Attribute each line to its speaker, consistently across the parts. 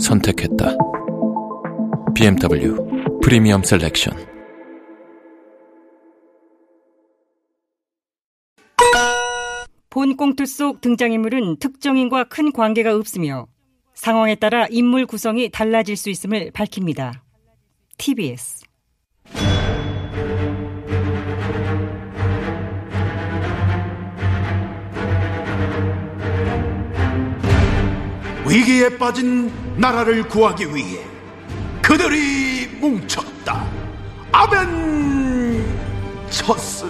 Speaker 1: 선택했다. BMW 프리미엄 셀렉션.
Speaker 2: 본 꽁트 속 등장인물은 특정인과 큰 관계가 없으며 상황에 따라 인물 구성이 달라질 수 있음을 밝힙니다. TBS
Speaker 3: 위기에 빠진 나라를 구하기 위해 그들이 뭉쳤다. 아벤처스.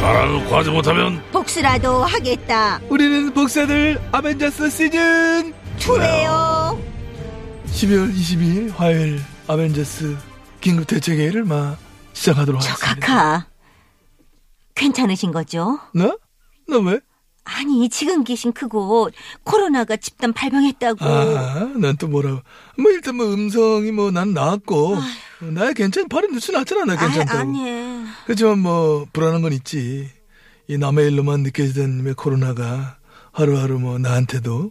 Speaker 4: 나라도 구하지 못하면
Speaker 5: 복수라도 하겠다.
Speaker 6: 우리는 복사들 아벤져스 시즌
Speaker 5: 투레요.
Speaker 6: 12월 22일 화요일 아벤져스 긴급 대책회의를 막 시작하도록
Speaker 5: 저
Speaker 6: 하겠습니다.
Speaker 5: 카카. 괜찮으신 거죠?
Speaker 6: 나? 나 왜?
Speaker 5: 아니, 지금 계신 그곳 코로나가 집단 발병했다고.
Speaker 6: 아, 난 또 뭐라고? 뭐 일단 뭐 음성이 뭐 난 나았고 나 괜찮 발이 뉴스 났잖아 나 괜찮다고.
Speaker 5: 니에요
Speaker 6: 그렇지만 뭐 불안한 건 있지. 이 남의 일로만 느껴지던 이의 코로나가 하루하루 뭐 나한테도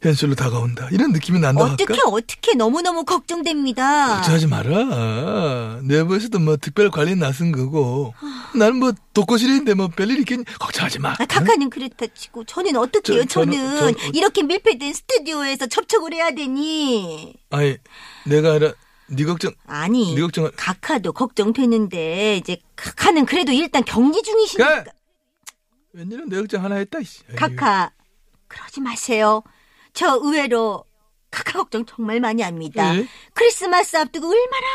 Speaker 6: 현실로 다가온다 이런 느낌이 난다 뭐 할까?
Speaker 5: 어떻게 어떻게 너무너무 걱정됩니다.
Speaker 6: 걱정하지 마라. 내부에서도 뭐 특별 관리 나선 거고. 나는 뭐 독거실인데 뭐 별일 있겠니? 걱정하지 마.
Speaker 5: 아, 카카는 그렇다 치고 저는 어떻게요?
Speaker 6: 저-
Speaker 5: 저,
Speaker 6: 저는-
Speaker 5: 는
Speaker 6: 저는-
Speaker 5: 이렇게 밀폐된 스튜디오에서 접촉을 해야 되니.
Speaker 6: 아니, 내가 아니라 네 걱정.
Speaker 5: 아니,
Speaker 6: 네 걱정을-
Speaker 5: 카카도 걱정되는데 이제 카카는 그래도 일단 격리 중이시니까.
Speaker 6: 가! 웬일은 내 걱정 하나 했다. 이씨.
Speaker 4: 네.
Speaker 6: 아이고.
Speaker 5: 카카 그러지 마세요. 저 의외로 카카 걱정 정말 많이 합니다.
Speaker 4: 네.
Speaker 6: 예?
Speaker 5: 크리스마스 앞두고 얼마나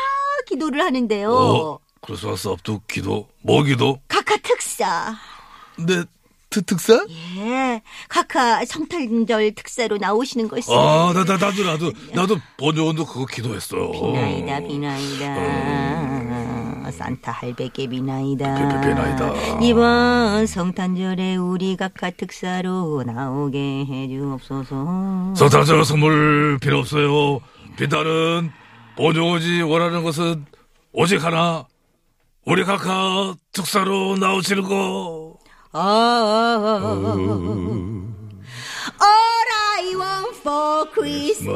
Speaker 5: 기도를 하는데요.
Speaker 4: 어, 크리스마스 앞두 기도 뭐 기도
Speaker 5: 카카 특사.
Speaker 6: 내 특, 특사?
Speaker 5: 예. 카카 성탄절 특사로 나오시는 걸쓰
Speaker 4: 아 나 나 나도 나도 나도 번역원도 그거 기도했어
Speaker 5: 비나이다 비나이다. 산타 할배께 비나이다.
Speaker 4: 어. 비- 비- 비나이다.
Speaker 5: 아, 이번 성탄절에 우리 카카 특사로 나오게 해주옵소서.
Speaker 4: 성탄절 선물 필요 없어요 비단은 번역원이 원하는 것은 오직 하나 우리 카카 특사로 나오시는 거
Speaker 5: All I want for Christmas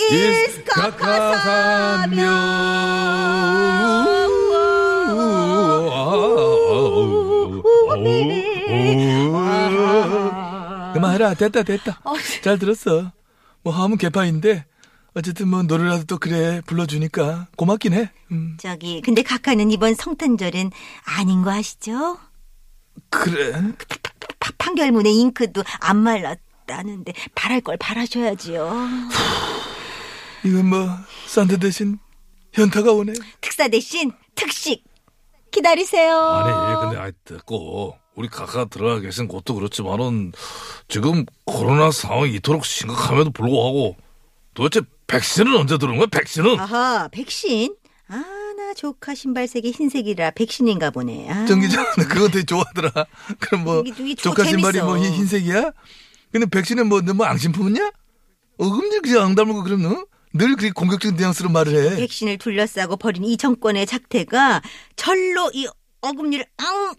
Speaker 5: is 카카사면.
Speaker 6: 아. 그만해라. 됐다, 됐다.
Speaker 5: 어.
Speaker 6: 잘 들었어. 뭐 하면 개판인데. 어쨌든 뭐 노래라도 또 그래 불러주니까 고맙긴 해. 음,
Speaker 5: 저기 근데 카카는 이번 성탄절은 아닌 거 아시죠?
Speaker 6: 그래.
Speaker 5: 파- 판결문에 잉크도 안 말랐다는데 바랄 걸 바라셔야지요.
Speaker 6: 이건 뭐 산타 대신 현타가 오네.
Speaker 5: 특사 대신 특식 기다리세요.
Speaker 4: 아니 예, 근데 아이 듣고 우리 카카 들어가 계신 곳도 그렇지만은 지금 코로나 상황이 이토록 심각함에도 불구하고 도대체 백신은 언제 들어온 거야 백신은
Speaker 5: 아하, 백신. 아 나 조카 신발색이 흰색이라 백신인가 보네. 아.
Speaker 6: 정기장 그거 되게 좋아하더라. 그럼 뭐
Speaker 5: 이게 되게 좋-
Speaker 6: 조카 신발이
Speaker 5: 재밌어.
Speaker 6: 뭐 흰- 흰색이야? 근데 백신은 뭐너뭐 앙심품이냐? 어금니 그냥 앙다물고 그럼 너? 늘 그렇게 공격적인 뉘앙스로 말을 해.
Speaker 5: 백신을 둘러싸고 버린 이 정권의 작태가 절로 이 어금니를 앙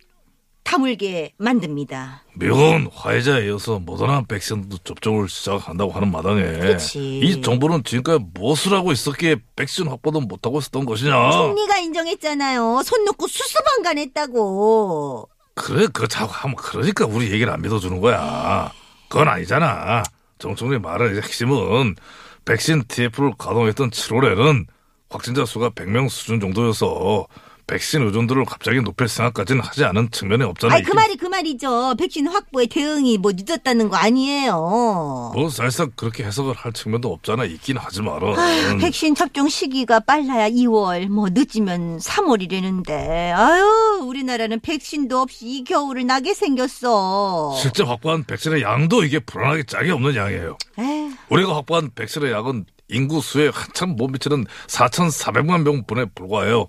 Speaker 5: 다물게 만듭니다.
Speaker 4: 미국은 화이자에 이어서 모더나 백신도 접종을 시작한다고 하는 마당에
Speaker 5: 그치.
Speaker 4: 이 정부는 지금까지 무엇을 하고 있었기에 백신 확보도 못하고 있었던 것이냐
Speaker 5: 총리가 인정했잖아요. 손 놓고 수수방관 했다고.
Speaker 4: 그래 그렇다고 하면 그러니까 우리 얘기를 안 믿어주는 거야 그건 아니잖아 정총리 말의 이제 핵심은 백신 TF를 가동했던 7월에는 확진자 수가 100명 수준 정도여서 백신 의존도를 갑자기 높일 생각까지는 하지 않은 측면이 없잖아요.
Speaker 5: 아이 그 말이 그 말이죠. 백신 확보에 대응이 뭐 늦었다는 거 아니에요.
Speaker 4: 뭐 사실상 그렇게 해석을 할 측면도 없잖아. 있긴 하지만은.
Speaker 5: 아휴, 백신 접종 시기가 빨라야 2월, 뭐 늦으면 3월이라는데. 아유, 우리나라는 백신도 없이 이 겨울을 나게 생겼어.
Speaker 4: 실제 확보한 백신의 양도 이게 불안하게 짝이 없는 양이에요.
Speaker 5: 에휴.
Speaker 4: 우리가 확보한 백신의 약은 인구 수에 한참 못 미치는 4,400만 명분에 불과해요.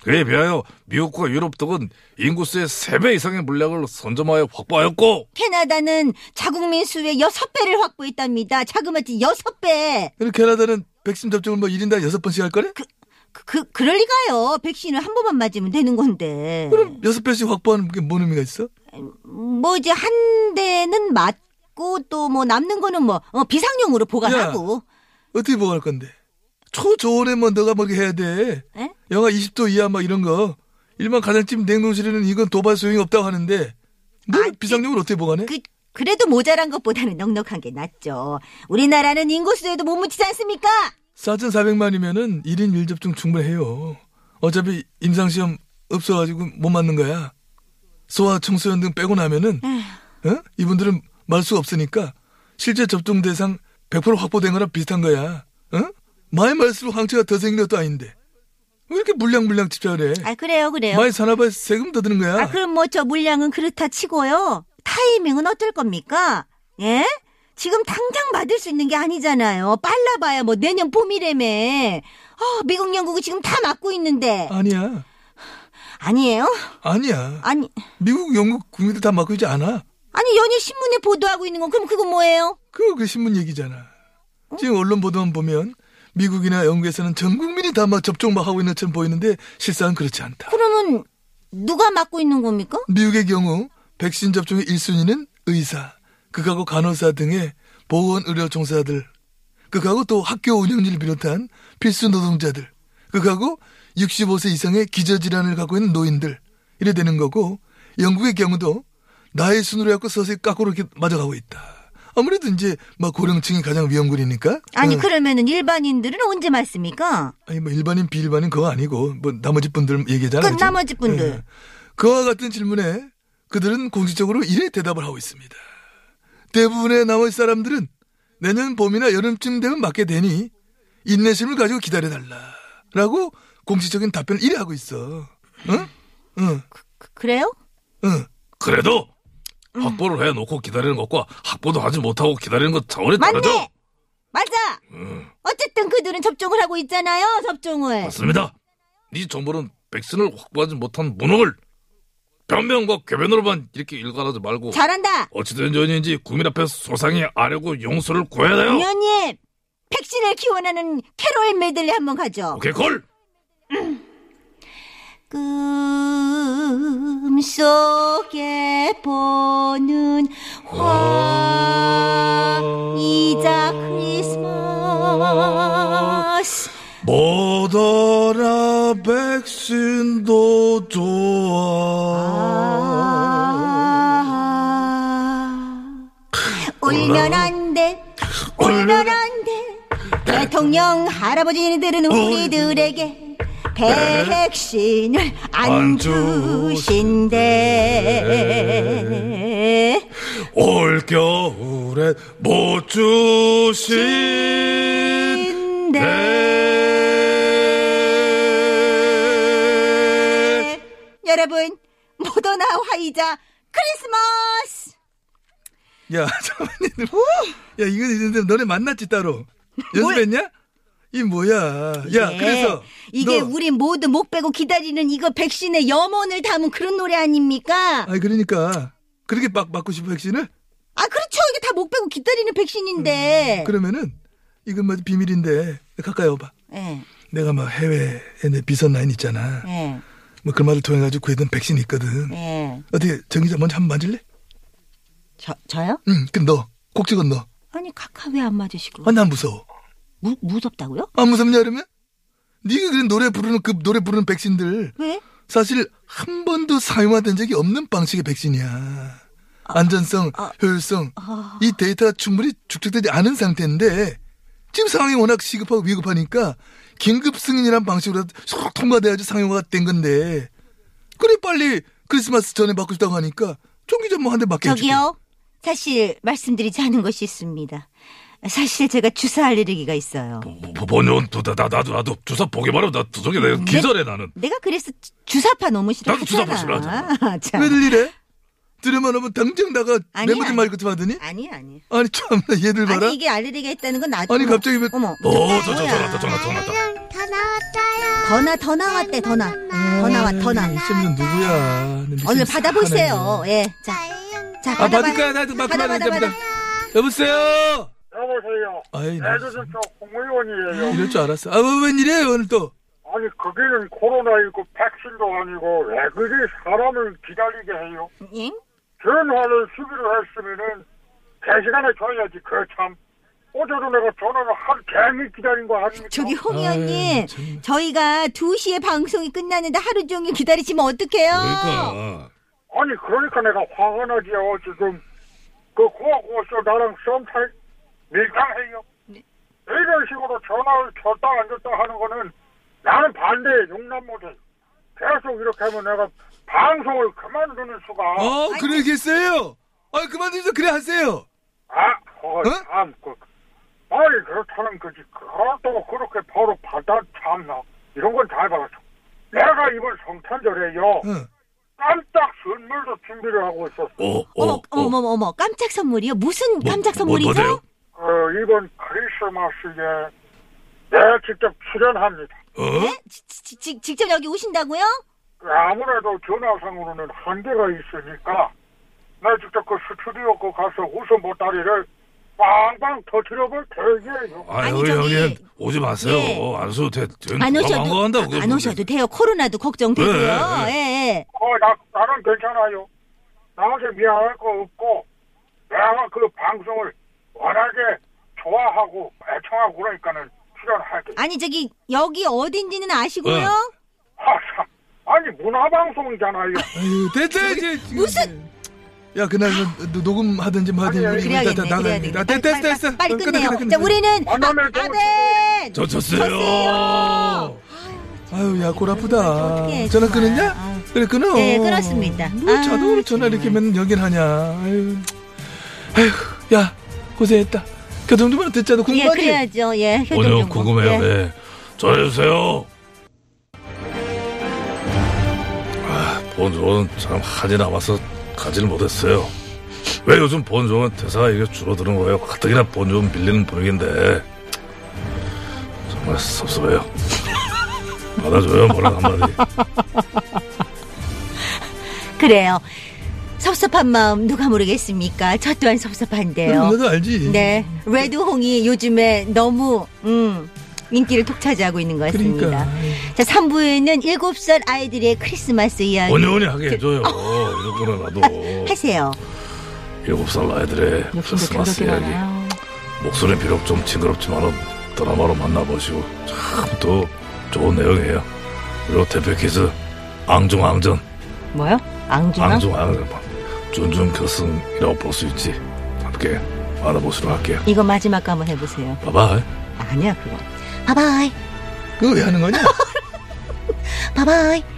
Speaker 4: 그에 비하여 미국과 유럽 등은 인구 수의 3배 이상의 물량을 선점하여 확보하였고
Speaker 5: 캐나다는 자국민 수의 6배를 확보했답니다. 자그마치 6배.
Speaker 6: 그리고 캐나다는 백신 접종을 뭐 1인당 6번씩 할 거래?
Speaker 5: 그, 그, 그럴 리가요. 백신을 한 번만 맞으면 되는 건데.
Speaker 6: 그럼 6배씩 확보하는 게 뭔 의미가 있어?
Speaker 5: 뭐 이제 한 대는 맞고 또 뭐 남는 거는 뭐 어, 비상용으로 보관하고.
Speaker 6: 어떻게 보관할 건데? 초저온에 뭐 너가 뭐 이렇게 해야 돼.
Speaker 5: 에?
Speaker 6: 영하 20도 이하 막 이런 거. 일반 가정집 냉동실에는 이건 도발 소용이 없다고 하는데 뭐
Speaker 5: 아,
Speaker 6: 비상용으로 어떻게 보관해?
Speaker 5: 그, 그래도 모자란 것보다는 넉넉한 게 낫죠. 우리나라는 인구수에도 못 묻히지 않습니까?
Speaker 6: 4,400만이면은 1인 1접종 충분해요. 어차피 임상시험 없어가지고 못 맞는 거야. 소아 청소년 등 빼고 나면은 어? 이분들은 말 수가 없으니까 실제 접종 대상 100% 확보된 거랑 비슷한 거야. 어? 많이 말수록 항체가 더 생긴 것도 아닌데 왜 이렇게 물량 물량 집착을 해?
Speaker 5: 아, 그래요, 그래요.
Speaker 6: 많이 사나봐야 세금 더 드는 거야.
Speaker 5: 아, 그럼 뭐 저 물량은 그렇다 치고요. 타이밍은 어떨 겁니까? 예? 지금 당장 받을 수 있는 게 아니잖아요. 빨라봐야 뭐 내년 봄이라며. 어, 미국, 영국은 지금 다 맞고 있는데.
Speaker 6: 아니야,
Speaker 5: 아니에요?
Speaker 6: 아니야.
Speaker 5: 아니,
Speaker 6: 미국, 영국 국민들 다 맡고 있지 않아.
Speaker 5: 아니, 연일 신문에 보도하고 있는 건 그럼 그건 뭐예요?
Speaker 6: 그, 그 신문 얘기잖아. 지금 언론 보도만 보면 미국이나 영국에서는 전 국민이 다 막 접종 막 하고 있는 것처럼 보이는데 실상은 그렇지 않다.
Speaker 5: 그러면 누가 맞고 있는 겁니까?
Speaker 6: 미국의 경우 백신 접종의 1순위는 의사, 극하고 간호사 등의 보건 의료 종사자들, 극하고 또 학교 운영진을 비롯한 필수 노동자들, 극하고 65세 이상의 기저질환을 갖고 있는 노인들 이래 되는 거고 영국의 경우도 나이 순으로 해갖고 서서히 깎으로 이렇게 맞아가고 있다. 아무래도 이제 막 고령층이 가장 위험군이니까.
Speaker 5: 아니,
Speaker 6: 어.
Speaker 5: 그러면은 일반인들은 언제 맞습니까?
Speaker 6: 아니 뭐 일반인 비일반인 그거 아니고 뭐 나머지 분들 얘기잖아요. 예.
Speaker 5: 그 나머지 분들.
Speaker 6: 그와 같은 질문에 그들은 공식적으로 이래 대답을 하고 있습니다. 대부분의 나머지 사람들은 내년 봄이나 여름쯤 되면 맞게 되니 인내심을 가지고 기다려달라라고 공식적인 답변을 이래 하고 있어. 응? 응,
Speaker 5: 그- 그래요?
Speaker 6: 응.
Speaker 4: 그래도
Speaker 5: 음.
Speaker 4: 확보를 해놓고 기다리는 것과 확보도 하지 못하고 기다리는 것 차원이 다르죠.
Speaker 5: 맞네! 맞아! 어쨌든 그들은 접종을 하고 있잖아요, 접종을.
Speaker 4: 맞습니다. 이 정부는 백신을 확보하지 못한 문혹을 변명과 궤변으로만 이렇게 일관하지 말고
Speaker 5: 잘한다!
Speaker 4: 어찌된 연인인지 국민 앞에 소상히 아려고 용서를 구해야
Speaker 5: 예.
Speaker 4: 돼요.
Speaker 5: 위원님! 백신을 기원하는 캐롤 메들리 한번 가죠.
Speaker 4: 오케이 콜.
Speaker 5: 꿈속에 보는
Speaker 4: 어.
Speaker 5: 화이자 크리스마스
Speaker 6: 뭐더라 백신도 좋아.
Speaker 5: 아, 울면 안 돼, 울면 안 돼. 대통령 할아버지들은
Speaker 6: 어,
Speaker 5: 우리들에게
Speaker 6: 네.
Speaker 5: 백신을 안 주신대.
Speaker 4: 올겨울에 못 주신
Speaker 5: 네. 여러분, 모더나 화이자 크리스마스!
Speaker 6: 야, 잠깐만. 얘들. 야, 이거 이제 너네 만났지 따로. 연습했냐? 이 뭐야? 야,
Speaker 5: 예.
Speaker 6: 그래서
Speaker 5: 이게
Speaker 6: 너-
Speaker 5: 우리 모두 목 빼고 기다리는 이거 백신의 염원을 담은 그런 노래 아닙니까?
Speaker 6: 아니 그러니까 그렇게 막 맞고 싶어 백신을?
Speaker 5: 아 그렇죠 이게 다 목 빼고 기다리는
Speaker 4: 음,
Speaker 5: 백신인데.
Speaker 6: 그러면은 이건 뭐 비밀인데 가까이 와봐.
Speaker 5: 예,
Speaker 6: 내가 막 해외에 내 비선 라인 있잖아.
Speaker 5: 예,
Speaker 6: 뭐 그 말을 통해 가지고 구해둔 백신이 있거든.
Speaker 5: 예.
Speaker 6: 어떻게 정기자 먼저 한번 만질래?
Speaker 5: 저 저요?
Speaker 6: 응, 그럼 너. 꼭 찍어 너.
Speaker 5: 아니 카카 왜 안 맞으시고?
Speaker 6: 아, 난 무서워.
Speaker 5: 무 무섭다고요?
Speaker 6: 안 무섭냐 그러면? 네가 그런 노래 부르는 그 노래 부르는 백신들
Speaker 5: 왜?
Speaker 6: 사실 한 번도 사용화된 적이 없는 방식의 백신이야.
Speaker 5: 아,
Speaker 6: 안전성, 효율성, 이 데이터가 충분히 축적되지 않은 상태인데 지금 상황이 워낙 시급하고 위급하니까 긴급 승인이란 방식으로 쏙 통과돼야지 상용화가 된 건데 그래 빨리 크리스마스 전에 바꾸싶다고 하니까 총기전 뭐한 대 맞게 해줄게.
Speaker 5: 저기요. 사실 말씀드리지 않은 것이 있습니다. 사실 제가 주사 알레르기가 있어요.
Speaker 4: 본연 도다 나 나도 나도 주사 보기만 하면 나 두성이 내 기절해 나는.
Speaker 5: 내가 그래서 주- 주사파 너무 싫어하잖아.
Speaker 4: 나도 주사파 싫어하잖아.
Speaker 5: 아, 참.
Speaker 6: 왜들 이래? 들으면 하면 당장 나가
Speaker 5: 아니야.
Speaker 6: 내모진 말끝 하더니
Speaker 5: 아니 아니.
Speaker 6: 아니 참나 얘들 봐라
Speaker 5: 아니 이게 알레르기가 있다는 건 나도. 뭐.
Speaker 6: 아니, 갑자기 왜-
Speaker 5: 어머.
Speaker 4: 오저 저 전화다 전화 전화다.
Speaker 5: 더나 더 나왔대 더 나.
Speaker 4: 음,
Speaker 5: 더 나와 더 나.
Speaker 6: 는 음, 누구야 내 미친
Speaker 5: 오늘
Speaker 6: 아, 싹
Speaker 5: 받아보세요.
Speaker 6: 하네.
Speaker 5: 예. 자. 자,
Speaker 6: 아
Speaker 5: 받아봐.
Speaker 6: 받을 거야 나도 받고
Speaker 5: 받아,
Speaker 6: 받아
Speaker 5: 받아,
Speaker 6: 받아
Speaker 5: 받아.
Speaker 6: 여보세요
Speaker 7: 여보세요.
Speaker 6: 아이 나
Speaker 7: 애들은 저 공무원이에요.
Speaker 6: 이럴 줄 알았어 아왜 뭐 웬일이야 오늘 또
Speaker 7: 아니 거기는 코로나19 백신도 아니고 왜 그리 사람을 기다리게 해요?
Speaker 5: 예?
Speaker 7: 전화를 수비를 했으면은 제 시간에 줘야지 그참 어제도 내가 전화를 하루 종일 기다린 거 아닙니까?
Speaker 5: 저기 홍
Speaker 6: 아유,
Speaker 5: 의원님,
Speaker 6: 정말.
Speaker 5: 저희가 2시에 방송이 끝나는데 하루 종일 기다리시면 어떡해요?
Speaker 4: 그러니까
Speaker 7: 아니 그러니까 내가 화가 나지요 지금 그 고아고쇼 나랑 썸 탈 밀당해요. 이런 식으로 전화를 줬다 안 줬다 하는 거는 나는 반대에 용납 못해. 계속 이렇게 하면 내가 방송을 그만두는 수가.
Speaker 6: 어 그러겠어요 아 그만두세요 그래 하세요
Speaker 7: 아, 어, 참, 그, 말이 그렇다는 거지. 그것도 그렇게 바로 받아, 참나. 이런 건 잘 받았어. 내가 이번 성탄절에요.
Speaker 6: 응.
Speaker 7: 깜짝 선물도 준비를 하고 있었어.
Speaker 5: 어머,
Speaker 4: 오오
Speaker 5: 어머, 어머, 어머, 깜짝 선물이요? 무슨 깜짝 선물이죠?
Speaker 4: 뭐래요?
Speaker 7: 어, 이번 크리스마스에 내가 직접 출연합니다.
Speaker 4: 어?
Speaker 5: 네? 지- 지- 지- 직접 여기 오신다고요?
Speaker 7: 그 아무래도 전화상으로는 한계가 있으니까 나 직접 그 스튜디오 그 가서 웃음 보따리를 빵빵 터트려볼 계획이에요.
Speaker 4: 아유
Speaker 5: 아니, 저기-
Speaker 4: 형님 오지 마세요.
Speaker 5: 예.
Speaker 4: 안 오셔도 돼. 저희는
Speaker 5: 안 오셔도,
Speaker 4: 관광한다고,
Speaker 5: 안 오셔도 돼요. 코로나도 걱정되고요.
Speaker 4: 네,
Speaker 5: 예, 예.
Speaker 7: 어, 나, 나는 괜찮아요. 나한테 미안할 거 없고, 내가 그 방송을 워낙에 좋아하고 애청하고 그러니까는 출연할게.
Speaker 5: 아니, 저기, 여기 어딘지는 아시고요?
Speaker 7: 아, 참. 아니, 문화방송이잖아요.
Speaker 6: 아유 됐다 이제 지금.
Speaker 5: 무슨-
Speaker 6: 야 그날 그 노- 녹음하든지 뭐 하든지
Speaker 7: 아니,
Speaker 6: 우리
Speaker 5: 그래야겠네,
Speaker 6: 다- 다
Speaker 5: 그래야
Speaker 6: 나가야
Speaker 5: 겠
Speaker 6: 돼
Speaker 5: 네
Speaker 6: 됐다 됐다 됐다 어,
Speaker 5: 빨리
Speaker 6: 끝내,
Speaker 5: 끝내요.
Speaker 6: 끝내, 끝내.
Speaker 5: 자, 우리는, 아,
Speaker 7: 만남의
Speaker 5: 아멘!
Speaker 4: 저 졌어요.
Speaker 5: 졌어요.
Speaker 6: 아유 야 골 아프다
Speaker 5: 어떡해,
Speaker 6: 전화
Speaker 5: 정말.
Speaker 6: 끊었냐?
Speaker 5: 아유.
Speaker 6: 그래 끊어
Speaker 5: 네, 끊었습니다.
Speaker 6: 뭐
Speaker 5: 아유,
Speaker 6: 자동으로 전화 이렇게
Speaker 5: 정말.
Speaker 6: 맨 여긴 하냐 아유 아유 야 고생했다 교통정보는 듣자도
Speaker 5: 예,
Speaker 6: 궁금하지?
Speaker 5: 그래야죠. 예,
Speaker 4: 오늘
Speaker 5: 효정정보.
Speaker 4: 궁금해요.
Speaker 5: 예.
Speaker 4: 예. 전해주세요. 아, 본조는 참 한이 남아서 가지를 못했어요. 왜 요즘 본조는 대사가 이게 줄어드는 거예요? 가뜩이나 본조는 밀리는 분위기인데 정말 섭섭해요. 받아줘요 뭐라 한마디.
Speaker 5: 그래요. 섭섭한 마음 누가 모르겠습니까? 저 또한 섭섭한데요.
Speaker 6: 너도 알지
Speaker 5: 네, 레드홍이 요즘에 너무 음, 인기를 독차지하고 있는 것 같습니다.
Speaker 6: 그러니까.
Speaker 5: 자, 3부에는 7살 아이들의 크리스마스 이야기
Speaker 4: 원효원이 하게 해줘요. 이런 거는 나도
Speaker 5: 하세요.
Speaker 4: 일곱 살 아이들의 크리스마스 이야기. 목소리는 비록 좀 징그럽지만은 드라마로 만나보시고 참 또 좋은 내용이에요. 그리고 대표 퀴즈 앙중앙전
Speaker 5: 뭐요? 앙중앙?
Speaker 4: 앙중앙전 준준결승이라고 볼 수 있지. 함께 알아보시도록 할게요.
Speaker 5: 이거 마지막 거 한번 해보세요.
Speaker 4: 바바이.
Speaker 5: 아니야, 그거. 바바이,
Speaker 6: 그거 왜 하는 거냐?
Speaker 5: 바바이,